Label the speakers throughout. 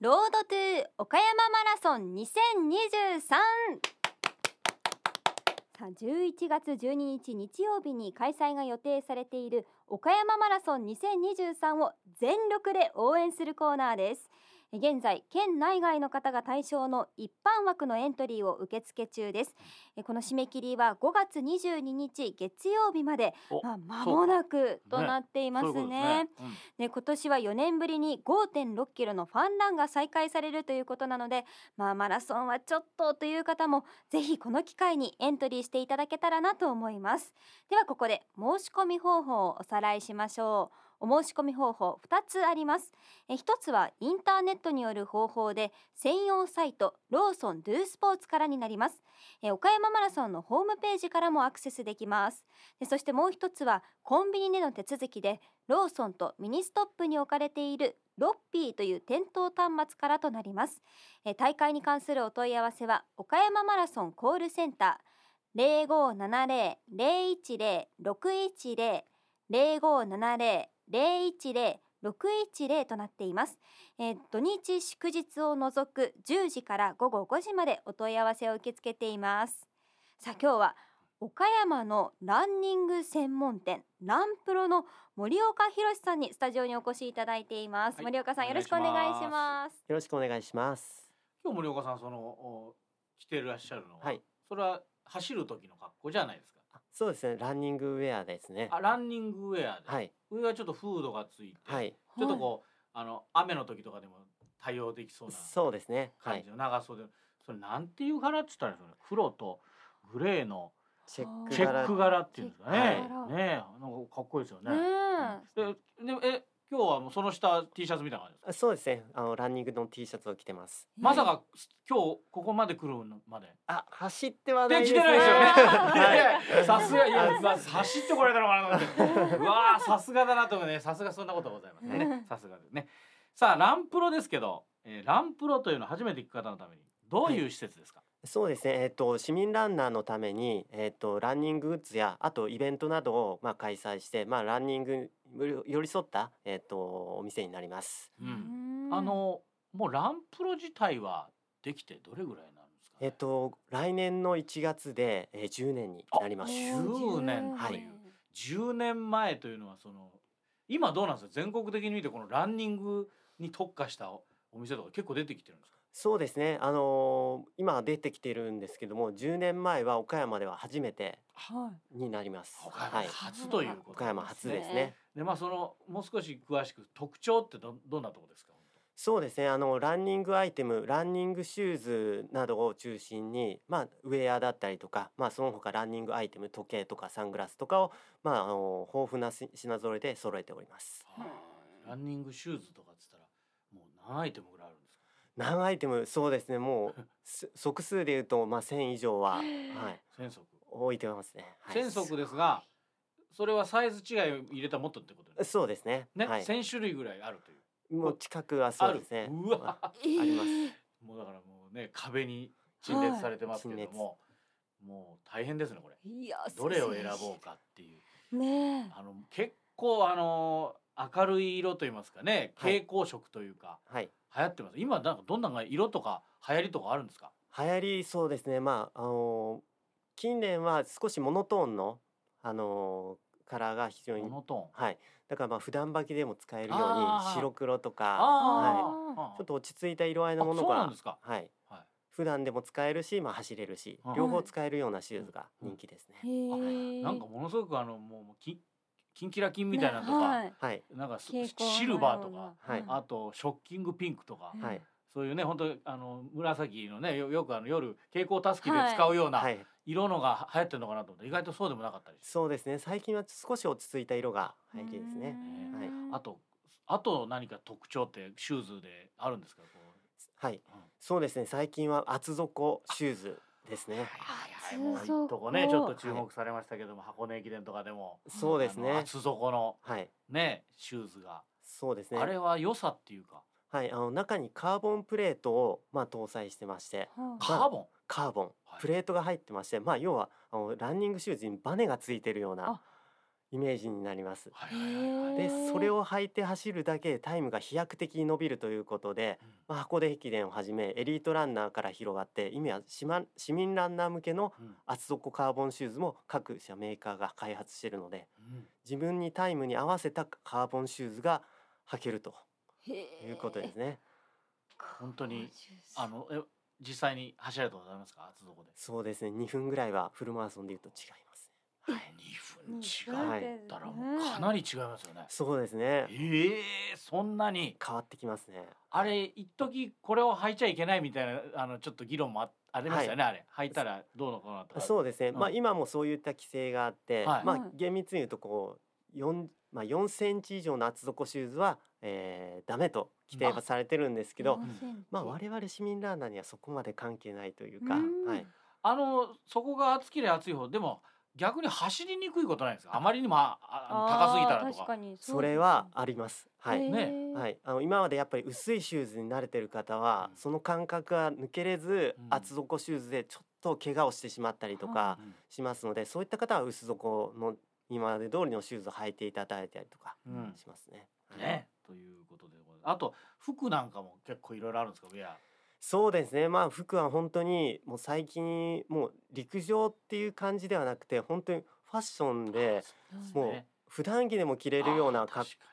Speaker 1: ロードトゥー岡山マラソン2023さあ11月12日日曜日に開催が予定されている岡山マラソン2023を全力で応援するコーナーですえ現在県内外の方が対象の一般枠のエントリーを受付中ですえこの締め切りは5月22日月曜日まで
Speaker 2: お
Speaker 1: まあ間もなくと
Speaker 2: ね
Speaker 1: なっていま
Speaker 2: そうい
Speaker 1: す
Speaker 2: うことです
Speaker 1: ね
Speaker 2: ね。うん
Speaker 1: ね、今年は4年ぶりに5.6キロのファンランが再開されるということなので、まあ、マラソンはちょっとという方もぜひこの機会にエントリーしていただけたらなと思いますではここで申し込み方法をおさらいしましょうお申し込み方法2つありますえ1つはインターネットによる方法で専用サイトローソンドゥスポーツからになりますえ岡山マラソンのホームページからもアクセスできますでそしてもう1つはコンビニでの手続きでローソンとミニストップに置かれているロッピーという店頭端末からとなりますえー大会に関するお問い合わせは岡山マラソンコールセンター0570-010-610 0570-010-610となっています、えー土日祝日を除く10時から午後5時までお問い合わせを受け付けていますさあ今日は岡山のランニング専門店ランプロの森岡博さんにスタジオにお越しいただいています、
Speaker 2: はい
Speaker 1: 森岡さんよ
Speaker 2: お
Speaker 1: ろ
Speaker 2: 願
Speaker 1: し
Speaker 2: い
Speaker 1: く
Speaker 2: し
Speaker 1: お
Speaker 2: ま
Speaker 1: 願いしま
Speaker 2: す
Speaker 1: す
Speaker 3: よろしくお願いします。
Speaker 2: 今日森岡さんそのお着てらっしゃるのは、
Speaker 3: はい
Speaker 2: それは走る時の格好じゃないですか。
Speaker 3: あそうですね。ランニングウェアですね。
Speaker 2: あランニングウェアで、
Speaker 3: はい
Speaker 2: 上はちょっとフードがついて、
Speaker 3: はい。
Speaker 2: ちょっとこう、あの雨の時とかでも対応できそうな
Speaker 3: そうですね。は
Speaker 2: 感
Speaker 3: い
Speaker 2: じ。の長袖の、それなんていう柄って言ったらいいんですかね。黒とグレーの
Speaker 3: チェック
Speaker 2: チェッ
Speaker 3: 柄
Speaker 2: ク柄っていうんですかね。
Speaker 3: はい
Speaker 2: ねえなんかかっこいいですよね。
Speaker 1: ね
Speaker 2: うんででえ今日はもうその下 T シャツみたいな感じですか。
Speaker 3: あそうですね。あのランニングの T シャツを着てます。
Speaker 1: え
Speaker 2: まさか今日ここまで来るまで。
Speaker 3: あ、走ってはない
Speaker 2: で
Speaker 3: で
Speaker 2: き
Speaker 3: す
Speaker 2: てな
Speaker 3: ね。
Speaker 2: いですよね
Speaker 3: は。
Speaker 2: さすがいや、まあ、走ってこられたのかなと思 って。うわあ、さすがだなと思うね。さすがそんなことはございませんね。さすがですね。さあ、ランプロですけど、えー、ランプロというのは初めて聞く方のためにどういう施設ですか。
Speaker 3: いそうですね。えっ、と市民ランナーのためにえっ、とランニンググッズやあとイベントなどをまあ開催してまあランニングに寄り添ったえっ、とお店になります。
Speaker 1: え
Speaker 2: うん
Speaker 1: うん
Speaker 2: あのもうランプロ自体はできてどれぐらいになるんですか、
Speaker 3: えっ、と来年の1月で、えー、10年になります。
Speaker 2: 10年
Speaker 3: と
Speaker 2: いう10年前というのはその今どうなんですか。全国的に見てこのランニングに特化したお店とか結構出てきてるんですか。
Speaker 3: そうですね。あのー今出てきてるんですけども、10年前は岡山では初めて
Speaker 1: は
Speaker 3: になります。
Speaker 2: 岡
Speaker 3: は
Speaker 2: 山
Speaker 3: い。
Speaker 2: 初ということ、
Speaker 3: 岡山初です
Speaker 1: ね
Speaker 3: ね。
Speaker 2: でまあそのもう少し詳しく特徴ってどどんなとこですか。
Speaker 3: そうですね。あのランニングアイテム、ランニングシューズなどを中心に、まあウェアだったりとか、まあその他ランニングアイテム、時計とかサングラスとかをまああの豊富なし品揃えで揃えております。
Speaker 1: うん
Speaker 2: ランニングシューズとかっつったらもう何アイテムぐらいあるんですか。
Speaker 3: 何アイテム？そうですね。 もうす足数で言うとまあ1000以上は、はい、
Speaker 2: 千足。
Speaker 3: 置いてますね。は
Speaker 2: 千
Speaker 3: い
Speaker 2: 足ですが、それはサイズ違いを入れたらもっとってことです
Speaker 3: そうですね。
Speaker 2: ね。
Speaker 3: は
Speaker 2: ね、
Speaker 3: い。
Speaker 2: 千、種類ぐらいあるという。
Speaker 3: もう近くは
Speaker 2: あ
Speaker 3: そう
Speaker 2: る
Speaker 3: ですね。
Speaker 2: うわ。
Speaker 1: い
Speaker 3: あります
Speaker 2: もうだからもうね壁に陳列されてますけれども、もう大変ですねこれ。
Speaker 1: いや
Speaker 2: どれを選ぼうかっていう。
Speaker 1: うねえ
Speaker 2: あの結構あの明るい色と言いますかね、
Speaker 3: はい
Speaker 2: 蛍光色というか。
Speaker 3: はい。
Speaker 2: 流行ってます今なんかどんなんが色とか流行りとかあるんですか
Speaker 3: 流行りそうですねまああの近年は少しモノトーンのあのカラーが非常
Speaker 2: モ
Speaker 3: に
Speaker 2: ノトーン
Speaker 3: はいだからまあ普段履きでも使えるよ
Speaker 2: あ
Speaker 3: う
Speaker 2: ー
Speaker 3: に白黒とか
Speaker 2: ああ、
Speaker 3: ちょっと落ち着いた色合いのもの
Speaker 2: あそうなん
Speaker 3: が
Speaker 2: ですか
Speaker 3: はい
Speaker 2: はい
Speaker 3: 普段でも使えるしまあ走れるし
Speaker 2: はい
Speaker 3: 両方使えるようなシューズが人気ですね
Speaker 1: へえ
Speaker 2: なんかものすごくあのもうもうキンキンキラキンみたいなのとか、
Speaker 1: はい
Speaker 3: はい
Speaker 2: なんかす
Speaker 1: 蛍光
Speaker 2: シルバーと
Speaker 1: のよ
Speaker 2: か
Speaker 1: うな
Speaker 3: はい
Speaker 2: あとショッキングピンクとか、
Speaker 1: うん
Speaker 3: はい
Speaker 2: そういうね本当にあの紫のねよよくあの夜蛍光タスキで使うような
Speaker 3: はい
Speaker 2: 色のが流行ってるのかなと思って、意外とそうでもなかったりして、
Speaker 3: そうですね最近は少し落ち着いた色が流行りですね
Speaker 2: ね
Speaker 3: はい
Speaker 2: あとあと何か特徴ってシューズであるんですかこ
Speaker 3: はい
Speaker 2: うん
Speaker 3: そうですね最近は厚底シューズです
Speaker 2: う、
Speaker 3: ね
Speaker 2: はいはいはい、
Speaker 1: 厚
Speaker 2: も
Speaker 1: 底
Speaker 2: う一とこねちょっと注目されましたけども、箱根駅伝とかでも
Speaker 3: そうです
Speaker 2: あの
Speaker 3: ね
Speaker 2: 厚底の
Speaker 3: はい
Speaker 2: ねシューズが、
Speaker 3: そうですね
Speaker 2: あれは良さっていうか
Speaker 3: はい、あの中にカーボンプレートをまあ搭載してまして、
Speaker 1: は
Speaker 2: カーボン、
Speaker 3: カーボン
Speaker 2: はい
Speaker 3: プレートが入ってまして、まあ要はあのランニングシューズにバネがついてるよう
Speaker 1: あ
Speaker 3: なイメージになります。
Speaker 2: はいはいはいはい
Speaker 1: へ
Speaker 3: で
Speaker 1: えー
Speaker 3: それを履いて走るだけでタイムが飛躍的に伸びるということで、まあ、箱根駅伝をはじめエリートランナーから広がって今や市民市民ランナー向けの
Speaker 2: うん
Speaker 3: 厚底カーボンシューズも各社メーカーが開発しているので
Speaker 2: うん
Speaker 3: 自分にタイムに合わせたカーボンシューズが履けるということですね。
Speaker 2: 本当にあのえ実際に走られたことありますか厚底で
Speaker 3: そうですね2分ぐらいはフルマラソンでいうと違います、
Speaker 2: 2
Speaker 1: 2
Speaker 2: 分違
Speaker 3: 分
Speaker 2: う
Speaker 3: はい
Speaker 2: ったらもうかなり違いますよね
Speaker 3: ね、そうですね
Speaker 2: ええそんなに
Speaker 3: 変わってきますね
Speaker 2: あれ一時これを履いちゃいけないみたいなあのちょっと議論もあありましたよね、あれ履いたらどうのかなとか
Speaker 3: そうですね、
Speaker 2: うん
Speaker 3: まあ今もそういった規制があって、
Speaker 2: はい
Speaker 3: ま
Speaker 1: う
Speaker 3: あ
Speaker 1: ん
Speaker 3: 厳密に言うとこう4まあ4センチ以上の厚底シューズは、えー、ダメと規定はされてるんですけど、まあ我々市民ランナーにはそこまで関係ないというか、
Speaker 1: うん
Speaker 3: はい、
Speaker 2: あのそこが暑ければ暑い方でも逆に走りにくいことないんですかあまりにもああ高すぎたらとか
Speaker 3: それはあります。はい、
Speaker 2: ね
Speaker 3: はいい、あの今までやっぱり薄いシューズに慣れてる方は、
Speaker 2: うん
Speaker 3: その感覚が抜けれず、
Speaker 2: うん
Speaker 3: 厚底シューズでちょっと怪我をしてしまったりと
Speaker 1: は
Speaker 3: かしますので、そういった方は薄底の今まで通りのシューズを履いていただいたりとか
Speaker 2: うんうん
Speaker 3: しますね。
Speaker 2: ねということでございますあと服なんかも結構いろいろあるんですかウェア
Speaker 3: そうですねまあ服は本当にもう最近もう陸上っていう感じではなくて本当にファッションでもう
Speaker 2: ね
Speaker 3: 普段着でも着れるような
Speaker 2: あー
Speaker 3: 格
Speaker 2: 確か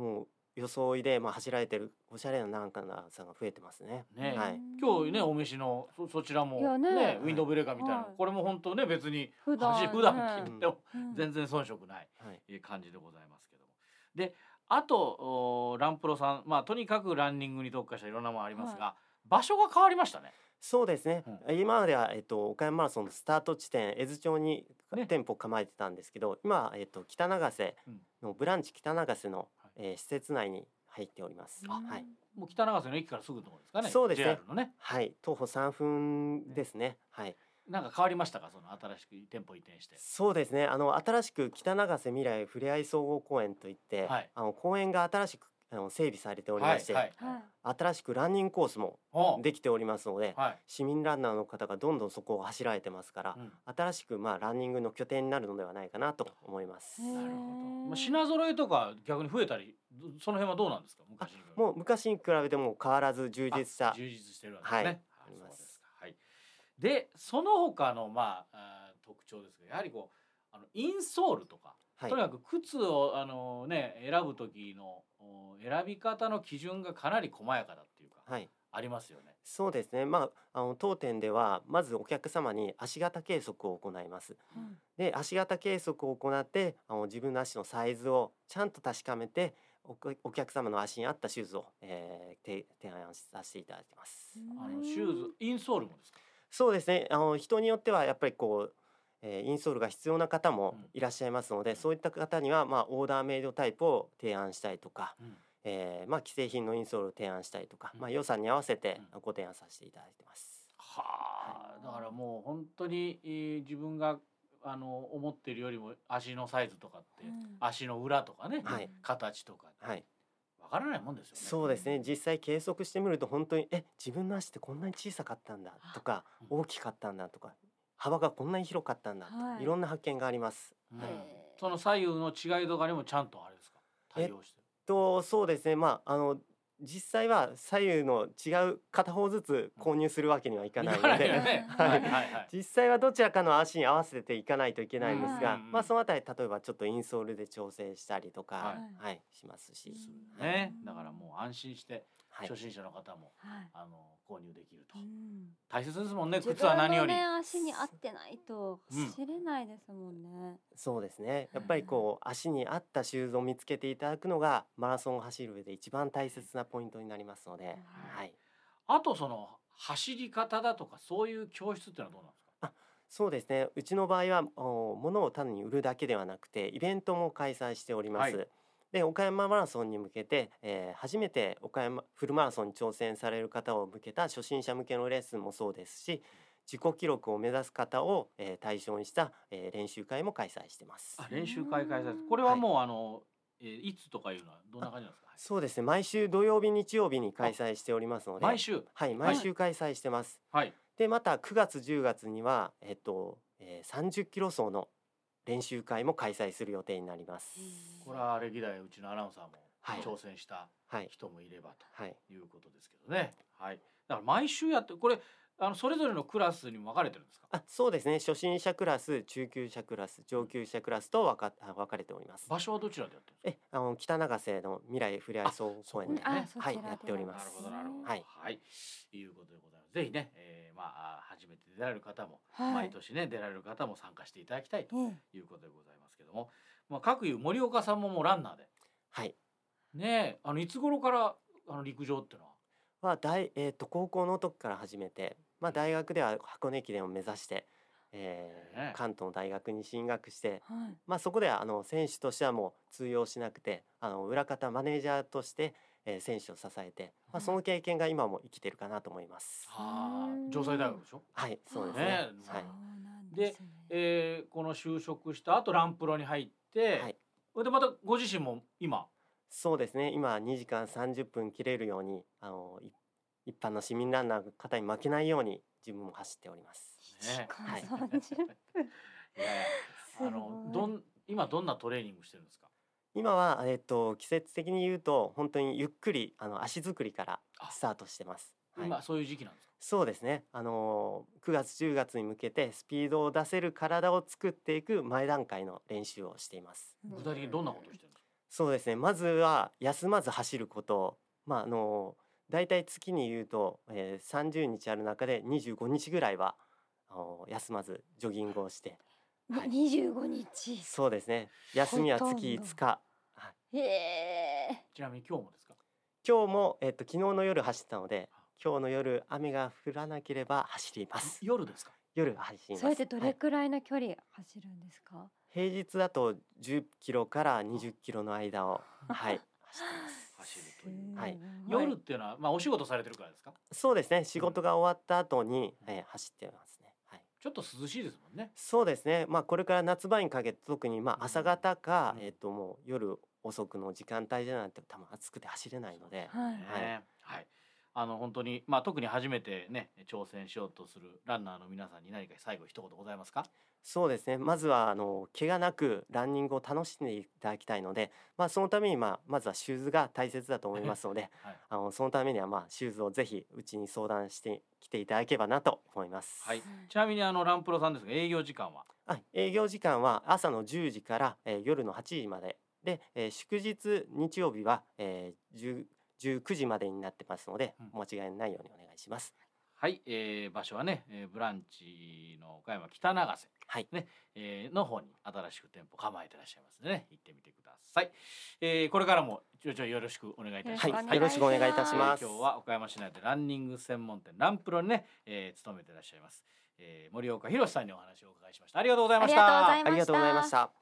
Speaker 3: もう装いで、まあ、走られてるおしゃれななんかなさんが増えてますね。
Speaker 2: にね、
Speaker 3: はい
Speaker 2: 今日ねお召しのそそちらも
Speaker 1: いやね
Speaker 2: ねウィンドウブレーカーみたいな、
Speaker 1: はい
Speaker 2: これも本当ね別に
Speaker 1: 普段
Speaker 2: 走
Speaker 1: ね
Speaker 2: り普段着てても
Speaker 1: うん
Speaker 2: 全然遜色ない
Speaker 3: はい、
Speaker 2: えー感じでございますけども。であとおーランプロさん、まあ、とにかくランニングに特化したいろんなものありますが、場所が変わりましたね。
Speaker 3: そうですね、
Speaker 2: う
Speaker 3: 今までは、えっと、岡山マラソンのスタート地点江津町に
Speaker 2: ね
Speaker 3: 店舗構えてたんですけど、今、えっと、北長瀬のブランチ北長瀬の、
Speaker 2: はい
Speaker 3: えー施設内に入っております。
Speaker 2: あ
Speaker 3: はい、
Speaker 2: もう北長瀬の駅からすぐのところですかね。
Speaker 3: そうですね
Speaker 2: JR のね。
Speaker 3: はい、徒歩3分ですね。はい、
Speaker 2: なんか変わりましたかその新しく店舗移転して。
Speaker 3: そうですね。あの新しく北長瀬未来ふれあい総合公園といって、
Speaker 2: はい
Speaker 3: あの公園が新しくあの整備されておりまして、
Speaker 2: はい。
Speaker 1: はい
Speaker 3: 新しくランニングコースも
Speaker 2: おう
Speaker 3: できておりますので、
Speaker 2: はい。
Speaker 3: 市民ランナーの方がどんどんそこを走られてますから、
Speaker 2: うん
Speaker 3: 新しくまあランニングの拠点になるのではないかなと思います。
Speaker 1: へー
Speaker 2: なるほど。まあ、品揃えとか逆に増えたり、どその辺はどうなんですか昔に比べて
Speaker 3: もう昔に比べても変わらず充実した
Speaker 2: あ充実してるわけですね。
Speaker 3: はい
Speaker 2: あ
Speaker 3: ありま
Speaker 2: そうで
Speaker 3: す
Speaker 2: すかはい。で、その他のまああー特徴ですが、やはりこうあのインソールとか、
Speaker 3: はい
Speaker 2: とにかく靴をあのね選ぶ時のお選び方の基準がかなり細やかだっていうか、
Speaker 3: はい
Speaker 2: ありますよね。
Speaker 3: そうですねまああの当店ではまずお客様に足型計測を行います
Speaker 1: うん
Speaker 3: で足型計測を行ってあの自分の足のサイズをちゃんと確かめてお客お客様の足に合ったシューズを、えー、て提案させていただいてます、
Speaker 2: あのシューズインソールもですか。
Speaker 3: そうですねあの人によってはやっぱりこう、えーインソールが必要な方も
Speaker 2: うん
Speaker 3: いらっしゃいますので、
Speaker 2: うん
Speaker 3: そういった方には、まあ、オーダーメイドタイプを提案したりとか、えーまあ、既製品のインソールを提案したりとか、
Speaker 2: うん
Speaker 3: まあ、予算に合わせて
Speaker 2: う
Speaker 3: ご提案させていただいてます。
Speaker 2: はあ、だからもう本当に、えー自分があの思ってるよりも足のサイズとかって、
Speaker 1: うん
Speaker 2: 足の裏とかね、
Speaker 3: はい
Speaker 2: 形とか
Speaker 3: はい、
Speaker 2: わからないもんですよね。
Speaker 3: そうですね実際計測してみると本当にえ自分の足ってこんなに小さかったんだとか
Speaker 2: うん
Speaker 3: 大きかったんだとか幅がこんなに広かったんだとか、
Speaker 1: はい
Speaker 3: い、ろんな発見があります。
Speaker 2: うん
Speaker 3: はい
Speaker 1: へー
Speaker 2: その左右の違いとかにもちゃんとあれですか対応してる。
Speaker 3: とそうですねまああの実際は左右の違う片方ずつ購入するわけにはいかないので、
Speaker 2: よね。
Speaker 1: はい
Speaker 2: はいはい はい。
Speaker 3: 実際はどちらかの足に合わせていかないといけないんですが、
Speaker 2: うん
Speaker 3: まあそのあたり例えばちょっとインソールで調整したりとか、
Speaker 2: は
Speaker 3: はいい、しますし、
Speaker 1: うん
Speaker 2: ね、だからもう安心して
Speaker 3: はい
Speaker 2: 初、心者の方も、
Speaker 1: はい
Speaker 2: あの購入できると
Speaker 1: う。ん
Speaker 2: 大切ですもんね。
Speaker 1: 自
Speaker 2: 靴
Speaker 1: 分
Speaker 2: は
Speaker 1: の
Speaker 2: 何より。
Speaker 1: ね足に合ってないと
Speaker 2: うん
Speaker 1: 走れないですもんね。
Speaker 3: そうですね。やっぱりこう足に合ったシューズを見つけていただくのがマラソンを走る上で一番大切なポイントになりますので、はい、
Speaker 2: あとその走り方だとかそういう教室っていうのはどうなんですか。
Speaker 3: そうですね。うちの場合はお物を単に売るだけではなくてイベントも開催しております。
Speaker 2: は
Speaker 3: で岡山マラソンに向けて、えー初めて岡山フルマラソンに挑戦される方を向けた初心者向けのレッスンもそうですし自己記録を目指す方を、えー対象にした、えー練習会も開催してます。
Speaker 2: あ練習会開催です。これはもうあの、えーいつとかいうのはどんな感じなんですか。
Speaker 3: そうですね毎週土曜日日曜日に開催しておりますので
Speaker 2: 毎週。
Speaker 3: はい、毎週開催してます。
Speaker 2: はい。
Speaker 3: で、また9月10月には、えっと、えー、30キロ走の練習会も開催する予定になります。
Speaker 2: これは歴代うちのアナウンサーも
Speaker 3: はい
Speaker 2: 挑戦した
Speaker 3: はい
Speaker 2: 人もいればと
Speaker 3: はい
Speaker 2: いうことですけどね。はい。だから毎週やってこれあのそれぞれのクラスにも分かれてるんですか。
Speaker 3: あそうですね初心者クラス中級者クラス上級者クラスと分かあ分かれております。
Speaker 2: 場所はどちらでやってるんですか。
Speaker 3: えあの北長瀬の未来ふれあい総公園で
Speaker 2: そこね
Speaker 1: あそちら
Speaker 3: はい
Speaker 1: で
Speaker 3: やっておりま
Speaker 2: なる
Speaker 3: す
Speaker 2: ほどなるほど。
Speaker 3: はい
Speaker 2: はい。いうことでございます。ぜひね、えー、まああ初めて出られる方も、
Speaker 1: はい
Speaker 2: 毎年ね出られる方も参加していただきたいと
Speaker 1: え
Speaker 2: いうことでございますけども、まあ各有森岡さんももうランナーで
Speaker 3: はい
Speaker 2: ねえあのいつ頃からあの陸上っていうのは。
Speaker 3: は大えっ、と高校の時から始めてまあ大学では箱根駅伝を目指して、えー
Speaker 2: ねえ
Speaker 3: 関東の大学に進学して
Speaker 1: えはい
Speaker 3: まあそこではあの選手としてはもう通用しなくてあの裏方マネージャーとして、えー選手を支えて、ま
Speaker 1: は
Speaker 3: あ、
Speaker 1: い
Speaker 3: その経験が今も生きてるかなと思います。
Speaker 2: ああ城西大学でしょ。
Speaker 3: はいそうですね
Speaker 2: ねえ
Speaker 1: そう
Speaker 3: はい
Speaker 1: なん
Speaker 2: で
Speaker 1: ですね
Speaker 2: えー、この就職した後ランプロに入って、
Speaker 3: はい
Speaker 2: それでまたご自身も今
Speaker 3: そうですね今2時間30分切れるようにあのい一般の市民ランナーの方に負けないように自分も走っております。
Speaker 2: ね
Speaker 3: はい
Speaker 1: 時間30分
Speaker 2: ねあのどん今どんなトレーニングしてるんですか
Speaker 3: 今は、えっと、季節的に言うと本当にゆっくりあの足作りからスタートしてます。はい
Speaker 2: 今そういう時期なんですか
Speaker 3: そうですね、あのー、9月10月に向けてスピードを出せる体を作っていく前段階の練習をしています。
Speaker 1: うん
Speaker 2: 具体的にどんなことをしてるんですか
Speaker 3: そうですねまずは休まず走ることまああの大体月に言うと、えー、30日ある中で25日ぐらいはあの休まずジョギングをしてはい
Speaker 1: 二十五日
Speaker 3: そうですね休みは
Speaker 1: ほとんど
Speaker 3: 月5日
Speaker 1: へえ
Speaker 2: ちなみに今日もですか
Speaker 3: 今日も、えっと昨日の夜走ったので今日の夜雨が降らなければ走ります
Speaker 2: 夜ですか
Speaker 3: 夜走ります
Speaker 1: それってど
Speaker 3: は
Speaker 1: れ
Speaker 3: い
Speaker 1: くらいの距離走るんですか
Speaker 3: 平日だと10キロから20キロの間を はい走ってます
Speaker 2: 走るという
Speaker 3: はい
Speaker 1: すご
Speaker 2: 夜っていうのは、まあ、お仕事されてるからですか
Speaker 3: そうですね仕事が終わった後に、えー走ってますねはい
Speaker 2: ちょっと涼しいですもんね
Speaker 3: そうですね。まあこれから夏場にかけて特にま
Speaker 2: うん
Speaker 3: あ朝方か、
Speaker 2: うん
Speaker 3: えっともう夜遅くの時間帯じゃないと多分暑くて走れないので、
Speaker 1: はい
Speaker 2: ねはい、あの本当に、まあ、特に初めてね挑戦しようとするランナーの皆さんに何か最後一言ございますか、
Speaker 3: そうですね。まずはあの怪我なくランニングを楽しんでいただきたいので、まあそのためにまあまずはシューズが大切だと思いますので
Speaker 2: はい
Speaker 3: あのそのためにはまあシューズをぜひうちに相談してきていただければなと思います。
Speaker 2: はいちなみにあのランプロさんですが営業時間は
Speaker 3: あ営業時間は朝の10時から、えー夜の8時までで、えー祝日日曜日は、えー10 19時までになってますので、
Speaker 2: うん
Speaker 3: お間違いないようにお願いします。
Speaker 2: はい、えー場所はね、えーブランチの岡山北長瀬、
Speaker 3: はい
Speaker 2: ねえーの方に新しく店舗構えてらっしゃいますのでね行ってみてください、えーこれからもちょいちょいよろしくお願いいたします、
Speaker 3: はいよろしくお願いいたします
Speaker 2: えー今日は岡山市内でランニング専門店ランプロにね、えー勤めてらっしゃいます、えー森岡弘さんにお話をお伺いしましたありがとうござい
Speaker 1: あ
Speaker 2: まし
Speaker 1: り
Speaker 2: た
Speaker 1: がとうございました
Speaker 3: ありがとうございました。